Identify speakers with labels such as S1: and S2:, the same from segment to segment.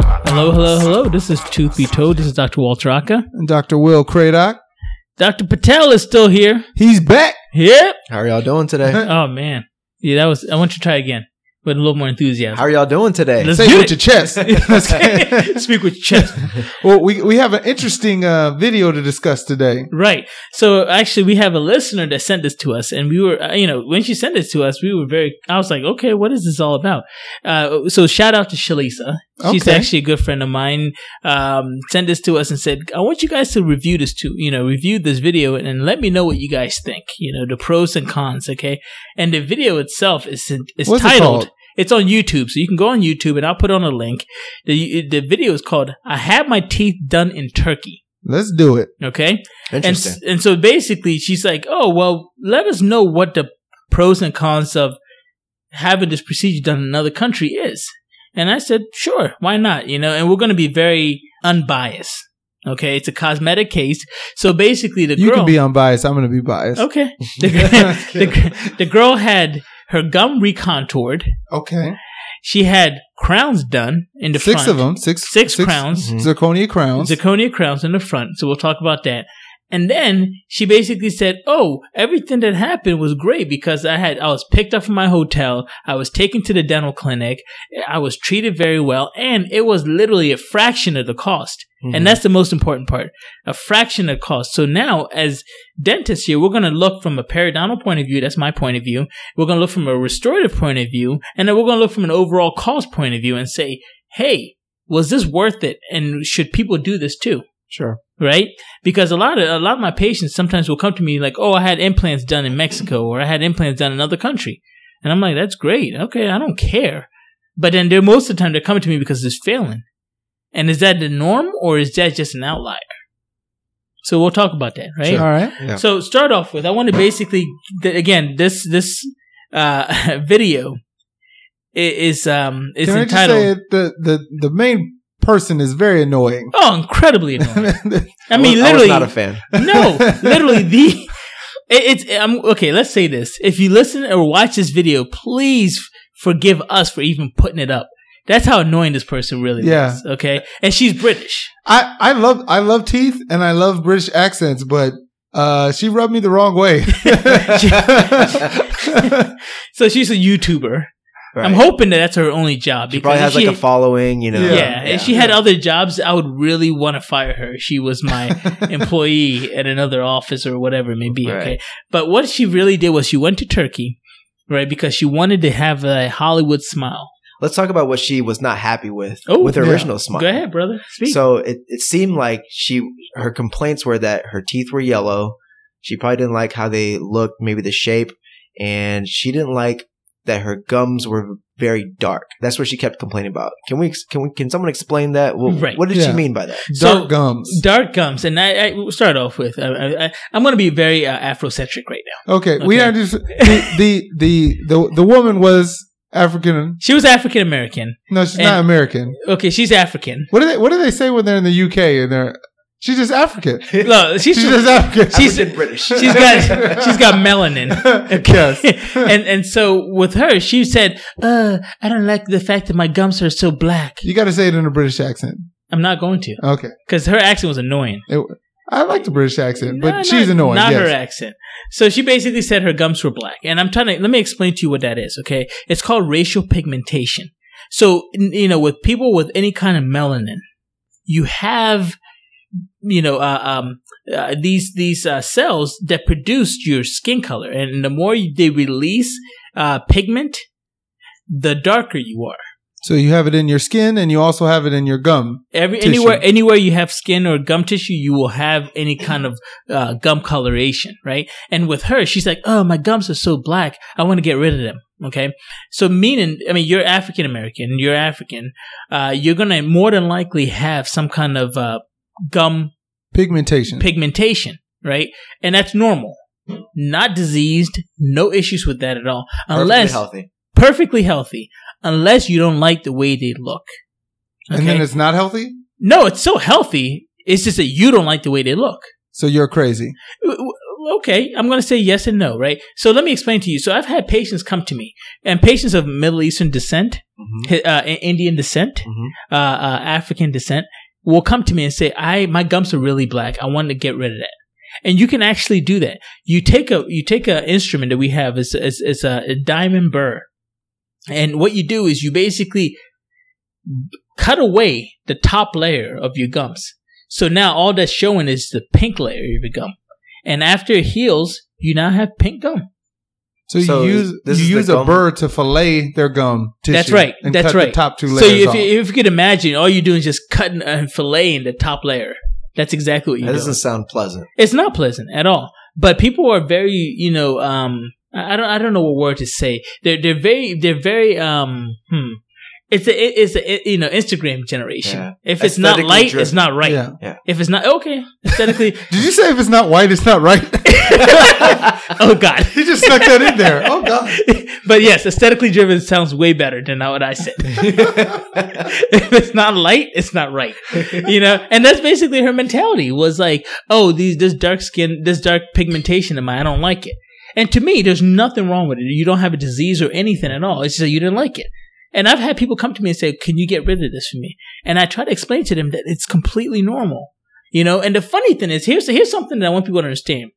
S1: hello, hello. This is Toopy Toad. This is Dr. Walter Aka.
S2: And Dr. Will Cradock,
S1: Dr. Patel is still here.
S2: he's back.
S1: Yep.
S3: How are y'all doing today?
S1: Oh, man. Yeah, that was. I want you to try again with a little more enthusiasm.
S3: How are y'all doing today?
S1: Let's
S2: Say it
S1: do it.
S2: with your chest. Let's get-
S1: Speak with chest.
S2: well, we we have an interesting uh, video to discuss today.
S1: Right. So actually, we have a listener that sent this to us, and we were, uh, you know, when she sent this to us, we were very. I was like, okay, what is this all about? Uh, so shout out to Shalisa. She's
S2: Okay.
S1: actually a good friend of mine. Um, sent this to us and said, I want you guys to review this too. You know, review this video and, and let me know what you guys think. You know, the pros and cons. Okay. And the video itself is is
S2: What's it
S1: titled.
S2: called?
S1: it's on YouTube, so you can go on YouTube, and I'll put on a link. the The video is called "I Had My Teeth Done in Turkey."
S2: Let's do it.
S1: Okay, and,
S3: Interesting.
S1: s- and so basically, she's like, oh, well, let us know what the pros and cons of having this procedure done in another country is. And I said, sure, why not? You know, and we're going to be very unbiased. Okay. It's a cosmetic case. So basically, the
S2: You
S1: girl.
S2: can be unbiased. I'm going to be biased.
S1: okay. The, the, the girl had her gum recontoured.
S2: Okay.
S1: She had crowns done in the
S2: Six
S1: front.
S2: of them. Six. Mm-hmm.
S1: Six crowns. Mm-hmm.
S3: Mhm.
S2: Zirconia crowns.
S1: Zirconia crowns in the front. So we'll talk about that. And then she basically said, "Oh, everything that happened was great because I had I was picked up from my hotel, I was taken to the dental clinic, I was treated very well, and it was literally a fraction of the cost. And that's the most important part, a fraction of cost. So now, as dentists here, we're going to look from a periodontal point of view. That's my point of view. We're going to look from a restorative point of view, and then we're going to look from an overall cost point of view and say, "Hey, was this worth it and should people do this too
S3: sure.
S1: right because a lot of a lot of my patients sometimes will come to me like oh i had implants done in mexico or i had implants done in another country and i'm like that's great okay i don't care but then they're most of the time they're coming to me because it's failing and is that the norm or is that just an outlier so we'll talk about that right
S2: All right.
S3: Yeah.
S1: so start off with I want to basically th- again this this uh video i- is um is
S2: Can I just
S1: entitled
S2: say it? the the the main person is very annoying.
S1: Oh, incredibly annoying. I
S3: wa-
S1: mean,
S3: I was
S1: literally,
S3: not a fan.
S1: no, literally the. it- it's I'm okay. Let's say this: if you listen or watch this video, please forgive us for even putting it up. That's how annoying this person really
S2: Yeah.
S1: is. Okay, and she's British.
S2: I I love I love teeth and I love British accents, but uh, she rubbed me the wrong way.
S1: So she's a YouTuber. I'm
S3: Right.
S1: hoping that that's her only job.
S3: She probably
S1: if
S3: has like
S1: she-
S3: a following, you know.
S1: Yeah,
S2: Yeah.
S1: if she had other jobs, I would really want to fire her. She was my employee at another office or whatever it may be.
S3: Right.
S1: Okay, but what she really did was she went to Turkey, right? Because she wanted to have a Hollywood smile.
S3: Let's talk about what she was not happy with
S1: Oh,
S3: with her
S2: yeah.
S3: original smile.
S1: Go ahead, brother. Speak.
S3: So it, it seemed like she her complaints were that her teeth were yellow. She probably didn't like how they looked, maybe the shape, and she didn't like that her gums were very dark. That's what she kept complaining about. Can we? ex- Can we? Can someone explain that? What,
S1: Right.
S3: what did she
S2: Yeah.
S3: mean by that?
S1: So-
S2: Dark gums.
S1: dark gums, and I, I we'll start off with I, I, I- I'm going to be very uh, Afrocentric right now.
S2: Okay, we
S1: Okay.
S2: are just the, the the the the woman was African.
S1: She was African American.
S2: No, she's
S1: And-
S2: not American.
S1: Okay, she's African.
S2: What do they What do they say when they're in the UK and they're she's just African.
S1: Look, she's
S2: She's just African.
S1: she's
S3: African British.
S1: she's got she's got melanin.
S2: yes.
S1: and and so with her, she said, uh, I don't like the fact that my gums are so black.
S2: You got to say it in a British accent.
S1: I'm not going to.
S2: Okay,
S1: Because her accent was annoying.
S2: I like the British accent, but
S1: No,
S2: she's
S1: not,
S2: annoying.
S1: Not
S2: yes.
S1: her accent. So she basically said her gums were black. And I'm trying to, let me explain to you what that is, okay? It's called racial pigmentation. So, n- you know, with people with any kind of melanin, you have, you know, uh, um, uh, these these uh, cells that produce your skin color, and the more you, they release uh, pigment, the darker you are.
S2: So you have it in your skin, and you also have it in your gum.
S1: Every
S2: Tissue.
S1: anywhere anywhere you have skin or gum tissue, you will have any kind of uh, gum coloration, right? And with her, she's like, "Oh, my gums are so black. I want to get rid of them." Okay, so meaning, I mean, you're African American, you're African. Uh, you're gonna more than likely have some kind of uh, gum
S2: Pigmentation.
S1: pigmentation, right? And that's normal, not diseased, no issues with that at all,
S3: Perfectly
S1: unless
S3: healthy.
S1: perfectly healthy, unless you don't like the way they look.
S2: And then it's not healthy.
S1: No, it's so healthy. It's just that you don't like the way they look.
S2: So you're crazy.
S1: W- w- okay, I'm going to say yes and no, right? So let me explain to you. So I've had patients come to me, and patients of Middle Eastern descent,
S3: Mhm.
S1: hi- uh, I- Indian descent,
S3: Mhm.
S1: uh, uh, African descent, will come to me and say, "I my gums are really black. I want to get rid of that." And you can actually do that. You take a you take a instrument that we have. It's it's, it's a, a diamond burr, and what you do is you basically b- cut away the top layer of your gums. So now all that's showing is the pink layer of your gum. And after it heals, you now have pink gum.
S2: So,
S3: So
S2: you use
S3: this is
S2: you
S3: the
S2: use a
S3: gum-
S2: burr to fillet their gum tissue.
S1: That's right.
S2: And
S1: That's
S2: cut The
S1: right.
S2: top two
S1: So
S2: layers
S1: if
S2: off.
S1: you, if you could imagine, all you're doing is just cutting and filleting the top layer. That's exactly what
S3: That
S1: you're
S3: doesn't
S1: doing.
S3: sound pleasant.
S1: It's not pleasant at all. But people are very, you know, um, I I don't, I don't know what word to say. They're, they're very, they're very, um, hmm. It's a, it's a, you know, Instagram generation.
S3: Yeah.
S1: If it's not
S3: Aesthetically
S1: light,
S3: driven.
S1: it's not right.
S2: Yeah.
S1: If it's not okay, aesthetically,
S2: Did you say if it's not white, it's not right?
S1: oh god.
S2: he just stuck that in there. Oh god.
S1: but yes, aesthetically driven sounds way better than what I said. if it's not light, it's not right. You know, and that's basically her mentality was like, oh, these this dark skin, this dark pigmentation in mine, I don't like it. And to me, there's nothing wrong with it. You don't have a disease or anything at all. It's just that you didn't like it. And I've had people come to me and say, "Can you get rid of this for me?" And I try to explain to them that it's completely normal. You know, and the funny thing is, here's here's something that I want people to understand: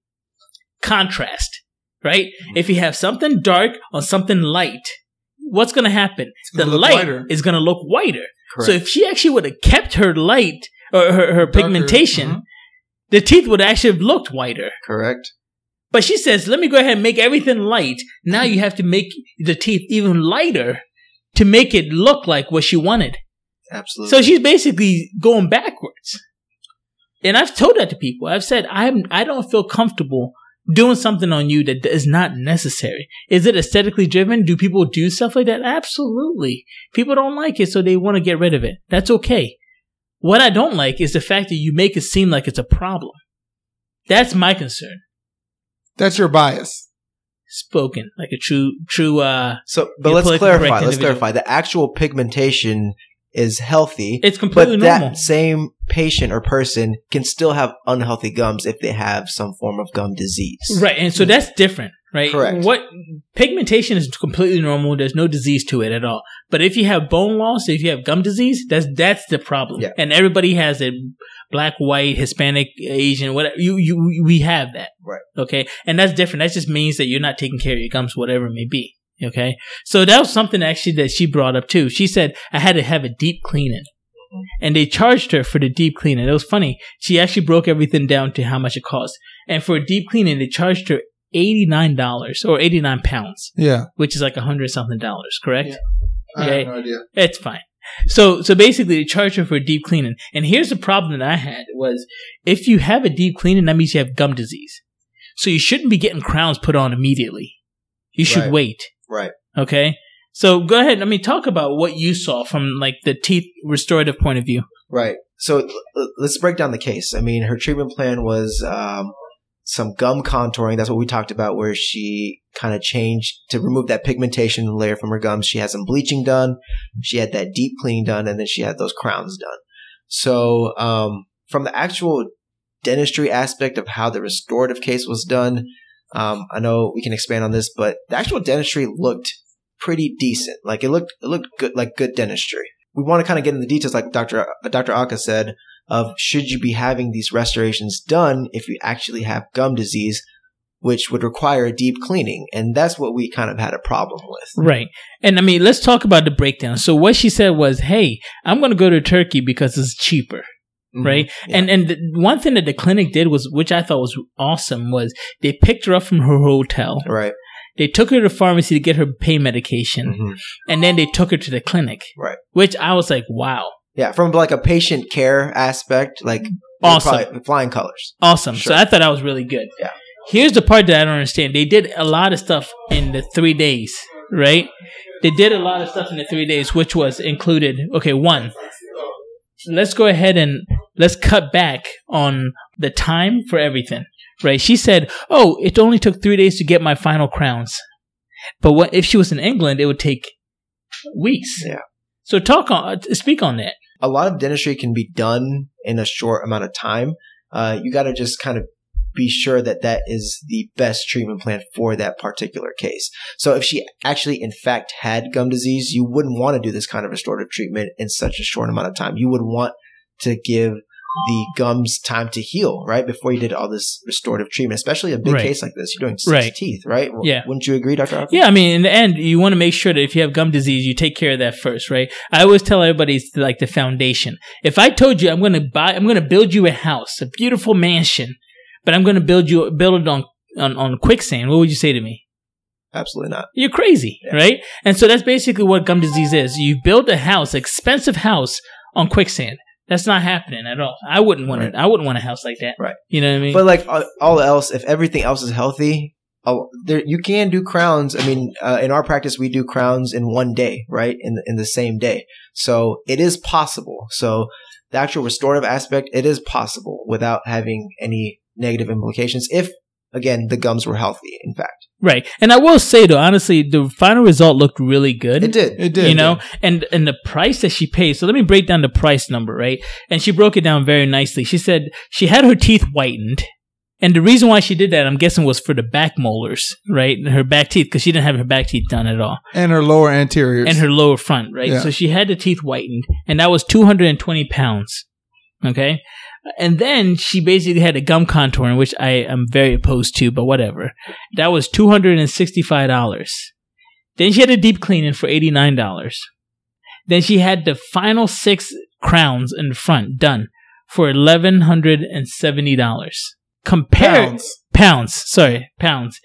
S1: contrast. Right? If you have something dark on something light, what's going to happen? The
S2: gonna look
S1: light
S2: whiter.
S1: is going to look whiter. So
S3: Correct.
S1: if she actually would have kept her light or her, her
S2: Darker,
S1: pigmentation,
S2: mhm.
S1: the teeth would actually have looked whiter.
S3: Correct.
S1: But she says, let me go ahead and make everything light. Now you have to make the teeth even lighter to make it look like what she wanted.
S3: Absolutely.
S1: So she's basically going backwards. And I've told that to people. I've said, I'm, I don't feel comfortable doing something on you that is not necessary. Is it aesthetically driven? Do people do stuff like that? Absolutely. People don't like it, so they want to get rid of it. That's okay. What I don't like is the fact that you make it seem like it's a problem. That's my concern.
S2: That's your bias.
S1: Spoken like a true, true, uh,
S3: So, but
S1: You're
S3: let's
S1: politically correct
S3: clarify. Let's
S1: individual.
S3: clarify. The actual pigmentation is healthy,
S1: it's completely
S3: but
S1: normal.
S3: that same patient or person can still have unhealthy gums if they have some form of gum disease.
S1: Right, and so that's different, right?
S3: Correct.
S1: What pigmentation is completely normal. There's no disease to it at all. But if you have bone loss, if you have gum disease, that's that's the problem.
S3: Yeah.
S1: And everybody has it. Black, white, Hispanic, Asian, whatever. You you we have that.
S3: Right.
S1: Okay, and that's different. That just means that you're not taking care of your gums, whatever it may be. Okay, so that was something actually that she brought up too. She said I had to have a deep cleaning.
S3: Mm-hmm.
S1: And they charged her for the deep cleaning. It was funny. She actually broke everything down to how much it cost. And for a deep cleaning, they charged her $89 or 89 pounds,
S2: Yeah.
S1: which is like a hundred something dollars, correct?
S2: I
S1: Yeah.
S2: have no idea.
S1: It's fine. So, so basically they charged her for a deep cleaning. And here's the problem that I had was if you have a deep cleaning, that means you have gum disease. So you shouldn't be getting crowns put on immediately. You should
S3: Right.
S1: wait.
S3: Right.
S1: Okay. So go ahead. I mean, talk about what you saw from like the teeth restorative point of view.
S3: Right. So l- l- let's break down the case. I mean, her treatment plan was um, some gum contouring. That's what we talked about, where she kind of changed to remove that pigmentation layer from her gums. She had some bleaching done. She had that deep clean done, and then she had those crowns done. So um, from the actual dentistry aspect of how the restorative case was done, um, I know we can expand on this, but the actual dentistry looked pretty decent. Like it looked, it looked good, like good dentistry we want to kind of get into the details, like Dr. A- Dr. Aka said, of should you be having these restorations done if you actually have gum disease, which would require a deep cleaning, and that's what we kind of had a problem with.
S1: Right. And I mean, let's talk about the breakdown. So what she said was, Hey, I'm going to go to Turkey because it's cheaper. right?
S3: Mm-hmm. Yeah.
S1: And and the one thing that the clinic did was, which I thought was awesome, was they picked her up from her hotel.
S3: Right.
S1: They took her to the pharmacy to get her pain medication,
S3: Mhm.
S1: and then they took her to the clinic.
S3: Right.
S1: Which I was like, wow,
S3: Yeah. From like a patient care aspect, like
S1: Awesome.
S3: they're probably flying colors.
S1: awesome.
S3: Sure.
S1: So I thought that was really good.
S3: Yeah.
S1: Here's the part that I don't understand. They did a lot of stuff in the three days, right? They did a lot of stuff in the three days, which was included. Okay, one. Let's go ahead and let's cut back on the time for everything, right? She said, "Oh, it only took three days to get my final crowns," but what if she was in England? It would take weeks.
S3: Yeah.
S1: So talk on, speak on that.
S3: A lot of dentistry can be done in a short amount of time. Uh, you got to just kind of be sure that that is the best treatment plan for that particular case. So if she actually, in fact, had gum disease, you wouldn't want to do this kind of restorative treatment in such a short amount of time. You would want to give the gums time to heal, right? Before you did all this restorative treatment, especially a big
S1: Right.
S3: case like this, you're doing six
S1: Right.
S3: teeth, right? W-
S1: Yeah.
S3: Wouldn't you agree, Dr. Hoffman?
S1: Yeah, I mean, in the end, you want to make sure that if you have gum disease, you take care of that first, right? I always tell everybody it's like the foundation. If I told you I'm going to buy, I'm going to build you a house, a beautiful mansion, but I'm going to build you build it on on, on quicksand, what would you say to me?
S3: Absolutely not.
S1: You're crazy,
S3: Yeah.
S1: right? And so that's basically what gum disease is. You build a house, expensive house, on quicksand. That's not happening at all. I wouldn't want it. I wouldn't want a house like that.
S3: Right.
S1: You know what I mean?
S3: But like uh, all else, if everything else is healthy, uh, there, you can do crowns. I mean, uh, in our practice, we do crowns in one day, right? In in the same day, so it is possible. So the actual restorative aspect, it is possible without having any negative implications. If again, the gums were healthy. In fact,
S1: right. And I will say though, honestly, the final result looked really good.
S3: it did.
S2: It did.
S1: you know and and the price that she paid so let me break down the price number right and she broke it down very nicely she said she had her teeth whitened and the reason why she did that i'm guessing was for the back molars right and her back teeth because she didn't have her back teeth done at all
S2: and her lower anterior.
S1: and her lower front right
S2: Yeah.
S1: so she had the teeth whitened and that was 220 pounds okay and then she basically had a gum contouring which i am very opposed to but whatever that was $265 then she had a deep cleaning for $89 then she had the final six crowns in the front done for $1170 compare
S2: pounds.
S1: pounds. Sorry, pounds.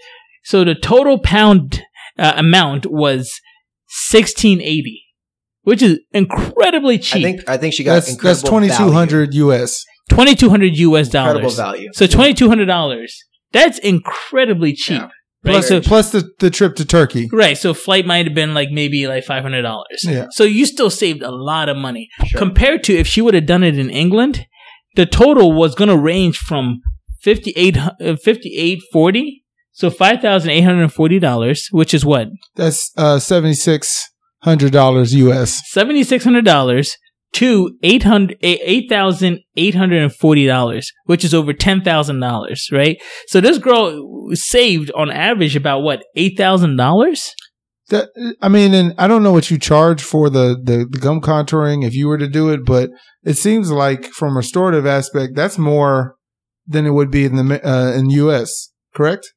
S1: So the total pound uh, amount was sixteen eighty, which is incredibly
S3: I
S1: cheap.
S3: think I think she got
S2: That's that's
S3: incredible
S2: twenty two
S3: value.
S2: hundred US.
S1: Twenty two hundred U.S.
S3: Incredible
S1: dollars.
S3: value.
S1: So twenty two hundred dollars. That's incredibly cheap.
S3: Yeah.
S1: Right?
S2: Plus,
S1: so,
S2: plus the, the trip to Turkey.
S1: right. So flight might have been like maybe like five hundred dollars.
S2: Yeah.
S1: So you still saved a lot of money
S3: Sure.
S1: compared to if she would have done it in England. The total was going to range from 58 uh, 5840 so $5,840, which is what
S2: That's uh, seventy six hundred dollars US.
S1: seventy six hundred dollars to eight hundred eight thousand eight hundred and forty dollars, which is over ten thousand dollars, right? So this girl saved on average about what eight thousand dollars.
S2: That I mean, and I don't know what you charge for the, the the gum contouring if you were to do it, but it seems like from restorative aspect, that's more than it would be in the uh, in US. Correct?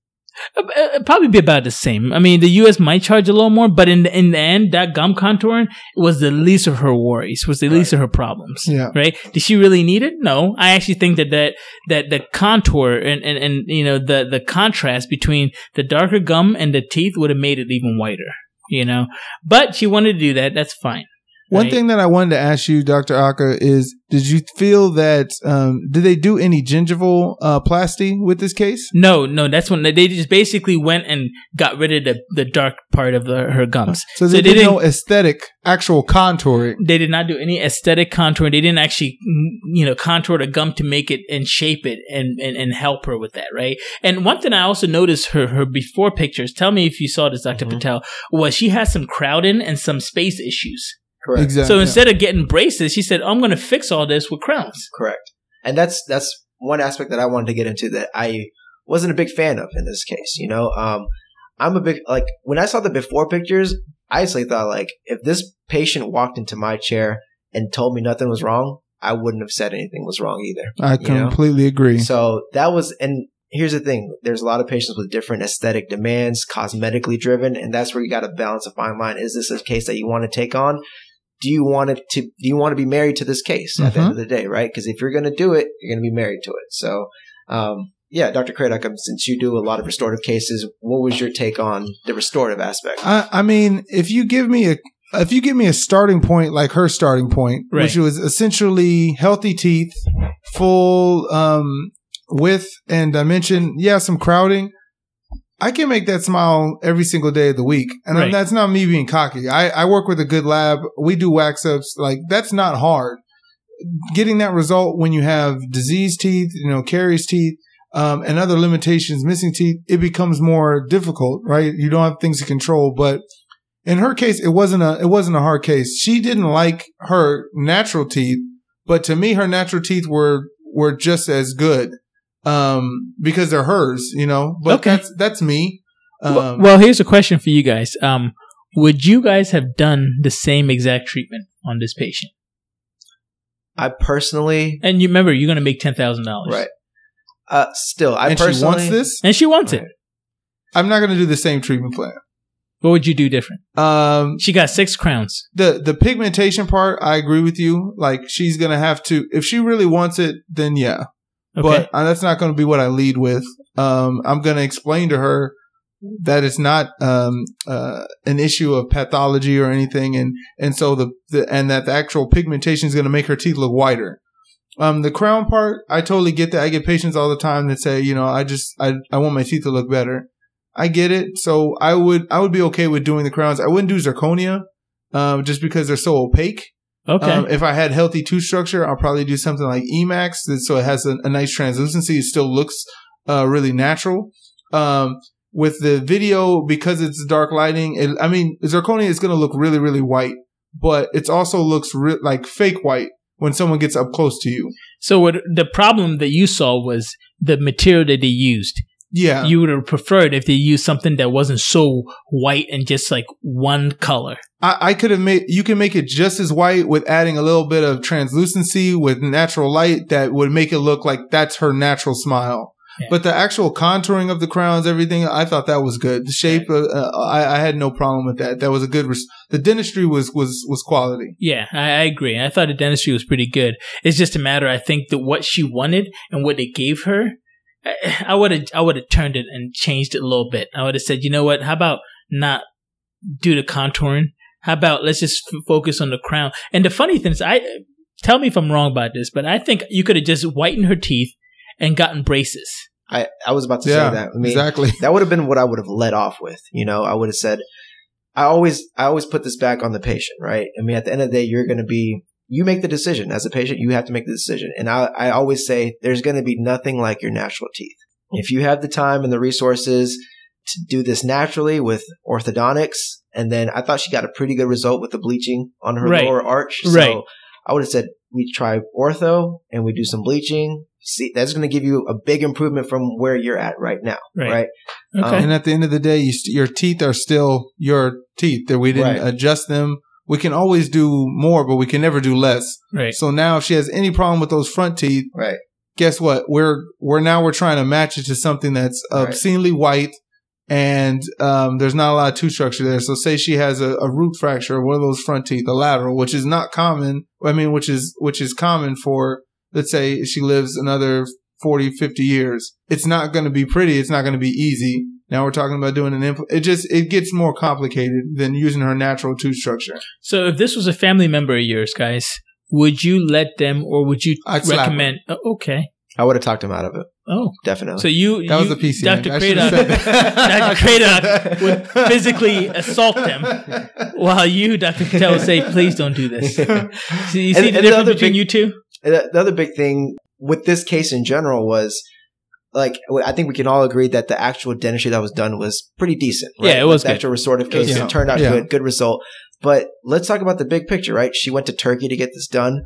S1: Uh, It'd probably be about the same. I mean, the U.S. might charge a little more, but in the, in the end, that gum contouring was the least of her worries, was the least of her problems.
S2: Yeah.
S1: Right? Did she really need it? No. I actually think that that, that the contour and, and, and you know the the contrast between the darker gum and the teeth would have made it even whiter. You know, but she wanted to do that. That's fine.
S2: One
S1: Right.
S2: thing that I wanted to ask you, Doctor Aka, is did you feel that um, did they do any gingival uh, plasty with this case?
S1: No, no, that's when they they just basically went and got rid of the, the dark part of the, her gums.
S2: So they, did no aesthetic actual contouring.
S1: they did not do any aesthetic contouring. They didn't actually, mm, you know, contour the gum to make it and shape it and, and, and help her with that, right? And one thing I also noticed her her before pictures. Tell me if you saw this, doctor
S3: Mhm.
S1: Patel. Was she had some crowding and some space issues?
S3: Correct.
S2: Exactly.
S1: so instead of getting braces, she said, "I'm going to fix all this with crowns."
S3: Correct. And that's that's one aspect that I wanted to get into that I wasn't a big fan of in this case. You know, um, I'm a big like when I saw the before pictures, I actually thought like if this patient walked into my chair and told me nothing was wrong, I wouldn't have said anything was wrong either.
S2: I
S3: you know?
S2: completely agree.
S3: So that was, and here's the thing: there's a lot of patients with different aesthetic demands, cosmetically driven, and that's where you got to balance a fine line. Is this a case that you want to take on? Do you want it to? Do you want to be married to this case at the
S2: Mm-hmm.
S3: end of the day, right? Because if you're going to do it, you're going to be married to it. So, um, yeah, Dr. Craddock, um, since you do a lot of restorative cases, what was your take on the restorative aspect?
S2: I, I mean, if you give me a if you give me a starting point like her starting point, which
S1: Right.
S2: was essentially healthy teeth, full um, width and dimension, yeah, some crowding. I can make that smile every single day of the week, and I'm-
S1: Right.
S2: that's not me being cocky. I, I work with a good lab. We do wax ups. Like that's not hard. Getting that result when you have diseased teeth, you know, caries teeth, um, and other limitations, missing teeth, it becomes more difficult, right? You don't have things to control. But in her case, it wasn't a it wasn't a hard case. She didn't like her natural teeth, but to me, her natural teeth were were just as good. um, because they're hers, you know. But
S1: Okay.
S2: that's that's me. Um,
S1: well, well, here's a question for you guys. Um, would you guys have done the same exact treatment on this patient?
S3: I personally,
S1: And you remember, you're going to make ten thousand dollars,
S3: right. Uh, still, I
S2: and
S3: personally
S2: she wants this.
S1: And she wants it.
S3: Right.
S2: I'm not going to do the same treatment plan.
S1: What would you do different?
S2: Um,
S1: She got six crowns.
S2: the the pigmentation part, I agree with you. Like she's going to have to, if she really wants it, then yeah.
S1: Okay.
S2: But uh, that's not going to be what I lead with. Um, I'm going to explain to her that it's not um, uh, an issue of pathology or anything, and and so the, the and that the actual pigmentation is going to make her teeth look whiter. Um, the crown part, I totally get that. I get patients all the time that say, you know, I just I, I want my teeth to look better. I get it. So I would I would be okay with doing the crowns. I wouldn't do zirconia, um, just because they're so opaque.
S1: okay.
S2: Um, if I had healthy tooth structure, I'll probably do something like Emax, that- so it has a, a nice translucency. It still looks uh, really natural. Um, with the video, because it's dark lighting, it, I mean, zirconia is going to look really, really white, but it also looks re- like fake white when someone gets up close to you.
S1: so what the problem that you saw was the material that they used.
S2: Yeah,
S1: You would have preferred if they used something that wasn't so white and just like one color.
S2: I, I could have made. You can make it just as white with adding a little bit of translucency with natural light that would make it look like that's her natural smile.
S1: Yeah.
S2: But the actual contouring of the crowns, everything, I thought that was good. The shape, uh, uh, I, I had no problem with that. That was a good. Res- the dentistry was was was quality.
S1: Yeah, I, I agree. I thought the dentistry was pretty good. It's just a matter, I think, that what she wanted and what they gave her. I- I would have, I would have turned it and changed it a little bit. I would have said, you know what? How about not do the contouring? How about let's just f- focus on the crown? And the funny thing is, I tell me if I'm wrong about this, but I think you could have just whitened her teeth and gotten braces.
S3: I, I was about to
S2: Yeah,
S3: say that. I mean,
S2: exactly.
S3: that would have been what I would have led off with. You know, I would have said, I always, I always put this back on the patient, right? I mean, at the end of the day, you're going to be, you make the decision as a patient. You have to make the decision. And I, I always say there's going to be nothing like your natural teeth. If you have the time and the resources to do this naturally with orthodontics, and then I thought she got a pretty good result with the bleaching on her
S1: Right.
S3: lower arch.
S1: Right.
S3: So I would have said we try ortho and we do some bleaching. See, that's going to give you a big improvement from where you're at right now.
S1: Right.
S3: right? um,
S1: Okay.
S2: And at the end of the day, you st- your teeth are still your teeth. That we didn't
S3: Right.
S2: adjust them. We can always do more, but we can never do less.
S1: right.
S2: So now, if she has any problem with those front teeth,
S3: Right.
S2: Guess what? We're we're now we're trying to match it to something that's
S3: Right.
S2: obscenely white, and um, there's not a lot of tooth structure there. So say she has a, a root fracture, of one of those front teeth, a lateral, which is not common. I mean, which is which is common for let's say she lives another 40, 50 years. It's not going to be pretty. It's not going to be easy. Now we're talking about doing an implant. It just it gets more complicated than using her natural tooth structure.
S1: So if this was a family member of yours, guys, would you let them or would you
S2: I'd slap her.
S1: recommend? Oh, okay.
S3: I would have talked him out of it,
S1: Oh,
S3: definitely.
S1: so you
S2: That was
S1: you-
S2: a PC.
S1: Dr.
S2: I should've
S1: Kratok-
S2: said that.
S1: Dr. Kratok would physically assault them. While you, Dr. Patel, would say, please don't do this. So you see the
S3: And- and the
S1: difference
S3: other
S1: between
S3: big-
S1: you two?
S3: And the the other big thing with this case in general was like I think we can all agree that the actual dentistry that was done was pretty decent. Right?
S1: Yeah, it was
S3: Like, the
S1: good.
S3: actual restorative
S1: It was
S3: case. It,
S2: good.
S3: turned out
S2: Yeah.
S3: good, good result. But let's talk about the big picture, right? She went to Turkey to get this done.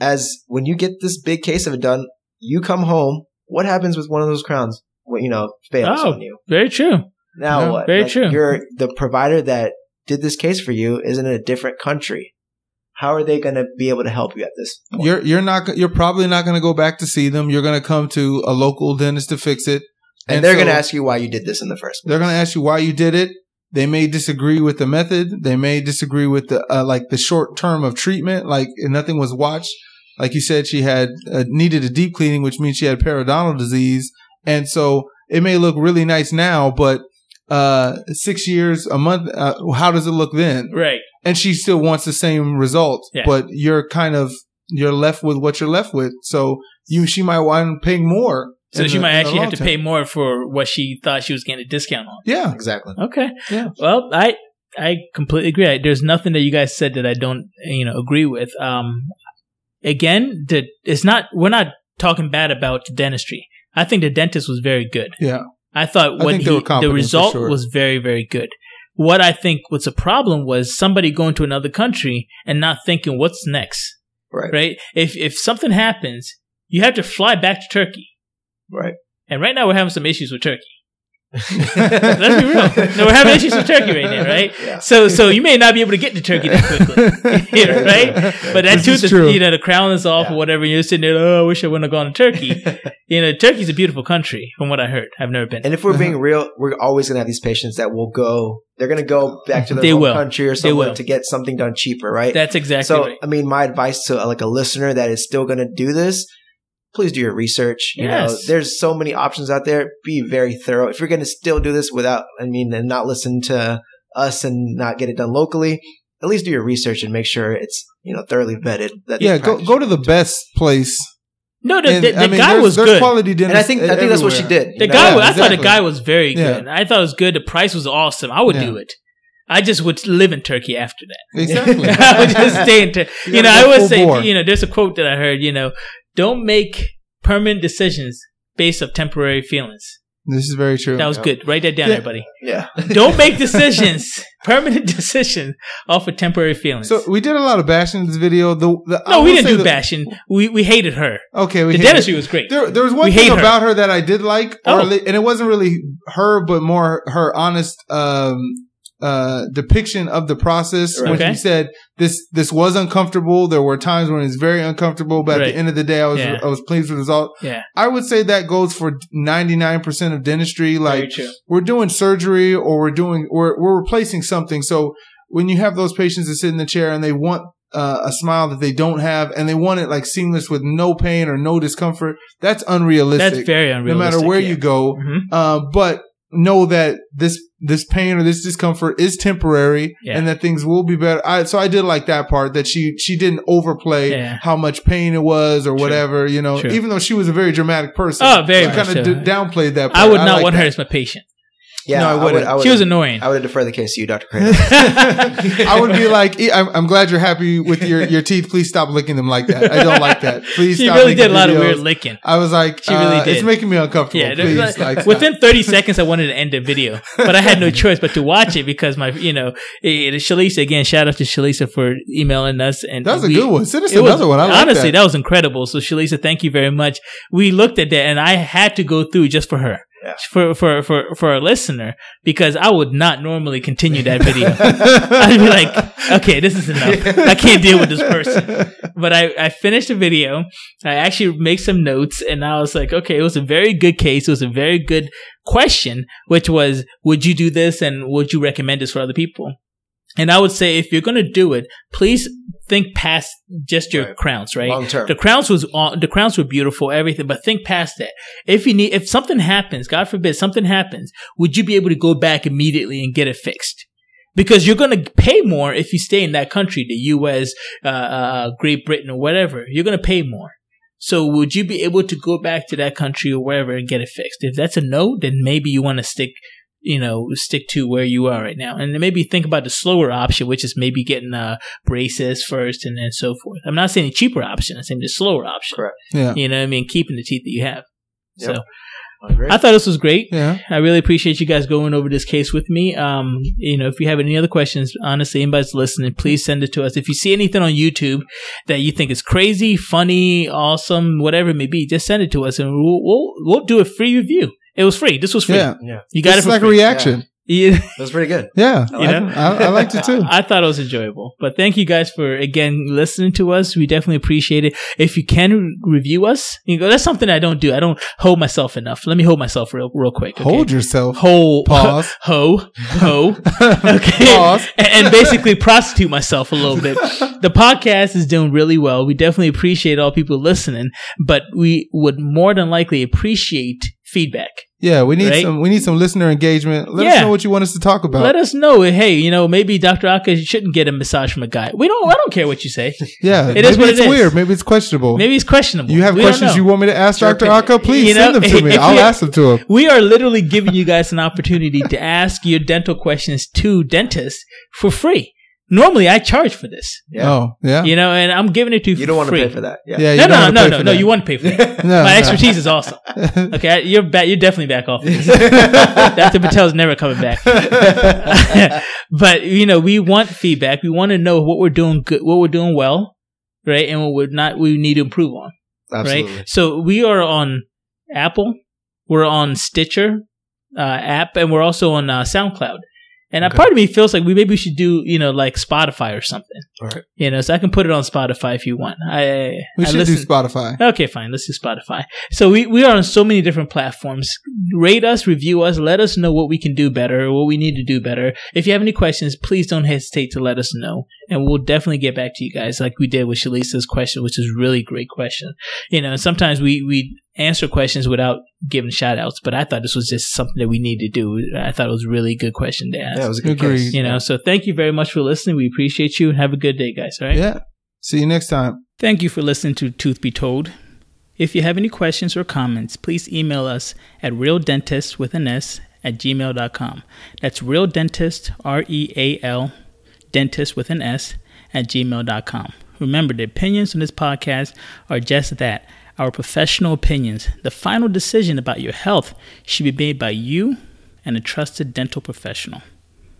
S3: As when you get this big case of it done, you come home. What happens with one of those crowns? When you know fails
S1: Oh.
S3: on you.
S1: Very true.
S3: Now
S2: Yeah,
S3: what?
S1: very true.
S3: You're the provider that did this case for you is in a different country. How are they going to be able to help you at this? Point?
S2: You're you're not go- you're probably not going to go back to see them. You're going to come to a local dentist to fix it,
S3: and, they're
S2: so
S3: going to ask you why you did this in the first place.
S2: They're going to ask you why you did it. They may disagree with the method. They may disagree with the uh, like the short term of treatment. Like and nothing was watched. Like you said, she had uh, needed a deep cleaning, which means she had periodontal disease, and so it may look really nice now, but uh six years a month uh, how does it look then
S1: Right.
S2: and she still wants the same result.
S1: Yeah.
S2: But you're kind of you're left with what you're left with. So you she might want to pay more.
S1: So
S2: in
S1: she
S2: the-
S1: might
S2: in the
S1: actually have
S2: long
S1: to
S2: term.
S1: pay more for what she thought she was getting a discount on.
S2: Yeah,
S3: Exactly.
S1: Okay.
S2: Yeah.
S1: Well, I I completely agree. I, there's nothing that you guys said that I don't you know agree with. Um, again, the, it's not we're not talking bad about dentistry. I think the dentist was very good.
S2: Yeah.
S1: I thought
S2: I
S1: what
S2: think they
S1: he,
S2: were competent
S1: the
S2: for
S1: result
S2: sure.
S1: was very very good. What I think was a problem was somebody going to another country and not thinking what's next
S3: Right.
S1: right? If if something happens, you have to fly back to Turkey.
S3: Right.
S1: And right now we're having some issues with turkey. Let's be real. No, we're having issues with turkey right now, right?
S3: Yeah.
S1: So, so you may not be able to get the turkey that quickly. Yeah, right? But that
S2: This
S1: tooth
S2: is
S1: is,
S2: true.
S1: you know, the crown is off
S3: Yeah.
S1: or whatever. You're sitting there, oh, I wish I wouldn't have gone to Turkey. you know, Turkey's a beautiful country, from what I heard. I've never been.
S3: And if we're
S1: Uh-huh.
S3: being real, we're always going to have these patients that will go, they're going to go back to their
S1: They
S3: home
S1: will.
S3: country or
S1: They will.
S3: somewhere to get something done cheaper, right?
S1: That's exactly
S3: so,
S1: right.
S3: I mean, my advice to uh, like a listener that is still going to do this, please do your research. You know,
S1: Yes.
S3: there's so many options out there. Be very thorough. If you're going to still do this without, I mean, and not listen to us and not get it done locally, at least do your research and make sure it's, you know, thoroughly vetted. That
S2: yeah, go go to the best place.
S1: No, the,
S2: And,
S1: the, the
S2: I mean,
S1: guy
S2: there's,
S1: was
S2: there's
S1: good.
S2: quality
S3: And I think, I think that's what she did. you
S1: the
S3: know?
S1: guy,
S2: Yeah,
S1: was, I thought
S2: exactly.
S1: the guy was very
S2: Yeah.
S1: good. I thought it was good. The price was awesome. I would
S2: Yeah.
S1: do it. I just would live in Turkey after that.
S2: Exactly.
S1: I would just stay in Turkey. You know,
S2: gotta
S1: I
S2: go
S1: would
S2: full
S1: say,
S2: bore.
S1: you know, there's a quote that I heard. You know, don't make permanent decisions based off temporary feelings.
S2: This is very true.
S1: That was
S3: Yeah.
S1: good. Write that down,
S2: Yeah.
S1: everybody.
S3: Yeah.
S1: Don't make decisions, permanent decisions, off of temporary feelings.
S2: so we did a lot of bashing in this video. The, the I
S1: no, we
S2: will
S1: didn't
S2: say
S1: do
S2: the-
S1: bashing. We we hated her.
S2: Okay, we
S1: The
S2: hate
S1: dentistry
S2: it.
S1: was great.
S2: There, there was one
S1: We
S2: thing
S1: hate her.
S2: about her that I did like, or
S1: Oh.
S2: li- and it wasn't really her, but more her honest um, uh, depiction of the process.
S3: Right.
S2: When
S1: Okay.
S2: she said this, this was uncomfortable. There were times when it was very uncomfortable, but at
S1: Right.
S2: the end of the day, I was
S1: Yeah.
S2: I was pleased with the result.
S1: Yeah.
S2: I would say that goes for ninety nine percent of dentistry.
S1: Very
S2: Like
S1: true.
S2: we're doing surgery, or we're doing we're we're replacing something. So when you have those patients that sit in the chair and they want uh, a smile that they don't have, and they want it like seamless with no pain or no discomfort. That's unrealistic.
S1: That's very
S2: no
S1: unrealistic.
S2: matter where
S1: yeah.
S2: you go,
S1: Mhm.
S2: uh, but know that this this pain or this discomfort is temporary,
S1: Yeah.
S2: and that things will be better. I, so I did like that part that she she didn't overplay
S1: Yeah.
S2: how much pain it was or whatever. You know,
S1: True.
S2: even though she was a very dramatic person,
S1: Oh, very
S2: she
S1: much
S2: kind of
S1: so.
S2: downplayed that. Part.
S1: I would not
S2: like
S1: want her
S2: that.
S1: as my patient.
S3: Yeah.
S2: No, I wouldn't.
S3: would-
S1: She was
S3: would-
S1: annoying.
S3: I would defer the case to you, Dr. Craig.
S2: I would be like, "E- I'm, I'm glad you're happy with your, your teeth. Please stop licking them like that. I don't like that. Please.
S1: she
S2: stop
S1: really
S2: making
S1: did a lot of
S2: videos."
S1: weird licking.
S2: I was like,
S1: She really
S2: uh,
S1: did.
S2: It's making me uncomfortable.
S1: Yeah, there was
S2: please,
S1: like-
S2: like, stop.
S1: within 30 seconds, I wanted to end the video, but I had no choice but to watch it because my, you know, it, it, Shalisa again. Shout out to Shalisa for emailing us, and
S2: That was a
S1: we-
S2: good one. Send us
S1: It was-
S2: another one. I like
S1: honestly,
S2: that.
S1: was incredible. So, Shalisa, thank you very much. We looked at that, and I had to go through just for her,
S3: Yeah.
S1: for for for for a listener, because I would not normally continue that video. I'd be like, okay, this is enough. I can't deal with this person. But I, I finished the video. I actually make some notes, and I was like, okay, it was a very good case. It was a very good question, which was, would you do this, and would you recommend this for other people? And I would say, if you're going to do it, please think past just your
S3: Right.
S1: crowns, right?
S3: Long term.
S1: The crowns was on, the crowns were beautiful, everything. But think past that. If you need, if something happens, God forbid, something happens, would you be able to go back immediately and get it fixed? Because you're going to pay more if you stay in that country, the U.S., uh, uh, Great Britain, or whatever. You're going to pay more. So would you be able to go back to that country or wherever and get it fixed? If that's a no, then maybe you want to stick, you know, stick to where you are right now, and then maybe think about the slower option, which is maybe getting uh, braces first and then so forth. I'm not saying a cheaper option. I'm saying the slower option.
S3: Correct.
S2: yeah.
S1: You know what I mean? Keeping the teeth that you have.
S3: Yep.
S1: So
S3: I agree.
S1: I thought this was great.
S2: Yeah.
S1: I really appreciate you guys going over this case with me. Um, you know, if you have any other questions, honestly, anybody's listening, please send it to us. If you see anything on YouTube that you think is crazy, funny, awesome, whatever it may be, just send it to us and we'll we'll, we'll do a free review. It was free. This was free.
S2: Yeah.
S3: yeah.
S1: You got
S2: It's
S1: it for
S2: like a
S1: free.
S2: reaction.
S1: Yeah.
S3: That was pretty good.
S2: Yeah.
S1: You know?
S2: I, I, I liked it too.
S1: I thought it was enjoyable. But thank you guys for again listening to us. We definitely appreciate it. If you can re- review us, you go. That's something I don't do. I don't hold myself enough. Let me hold myself real real quick. okay?
S2: Hold yourself.
S1: hold
S2: Pause.
S1: ho ho okay
S2: Pause.
S1: and, and basically prostitute myself a little bit the podcast is doing really well we definitely appreciate all people listening but we would more than likely appreciate feedback
S2: Yeah, we need
S1: Right?
S2: some we need some listener engagement. Let us
S1: Yeah.
S2: know what you want us to talk about.
S1: let us know hey you know maybe dr Aka shouldn't get a massage from a guy we don't i don't care what you say
S2: yeah.
S1: It
S2: maybe
S1: is what
S2: it's
S1: it is.
S2: weird. Maybe it's questionable.
S1: maybe it's questionable
S2: you have
S1: We don't
S2: questions
S1: know.
S2: you want me to ask
S3: Your
S2: Dr.
S3: opinion.
S2: Akka? Please
S1: You know,
S2: send them to me.
S1: if
S2: I'll
S1: you-
S2: ask them to him.
S1: we are literally giving you guys an opportunity to ask your dental questions to dentists for free normally i charge for this
S3: Yeah.
S2: Oh, yeah.
S1: you know and i'm giving it to you
S3: You
S1: for
S3: don't want to
S1: free.
S3: pay for that. Yeah.
S2: Yeah, you
S1: no,
S2: don't
S1: no,
S2: wanna
S1: no,
S2: pay
S1: no,
S2: for
S1: no.
S2: that.
S1: You want to pay for that.
S2: No,
S1: My
S2: no.
S1: expertise is awesome. Okay, I- you're back. You're definitely back off. Dr. Patel's never coming back. but you know, we want feedback. We want to know what we're doing good, what we're doing well, right, and what we're not. We need to improve on,
S3: Absolutely.
S1: right. So we are on Apple. We're on Stitcher uh, app, and we're also on uh, SoundCloud. And a
S3: Okay.
S1: part of me feels like we maybe we should do you know like Spotify or something.
S3: Alright.
S1: You know, so I can put it on Spotify if you want. I
S2: We
S1: I
S2: should
S1: listen-
S2: do Spotify.
S1: Okay, fine. Let's do Spotify. So we, we are on so many different platforms. Rate us, review us, let us know what we can do better, what we need to do better. If you have any questions, please don't hesitate to let us know. And we'll definitely get back to you guys like we did with Shalisa's question, which is really great question. You know, and sometimes we, we answer questions without giving shout outs, but I thought this was just something that we need to do. I thought it was a really good question to ask.
S3: Yeah, it was a good
S2: Agreed.
S3: case.
S1: you know, so thank you very much for listening. We appreciate you and have a good day, guys. All right.
S2: Yeah. See you next time.
S1: Thank you for listening to Tooth Be Told. If you have any questions or comments, please email us at realdentist with an S at gmail.com. That's real dentist, R E A L, dentist with an S at gmail.com. Remember, the opinions on this podcast are just that our professional opinions. The final decision about your health should be made by you and a trusted dental professional.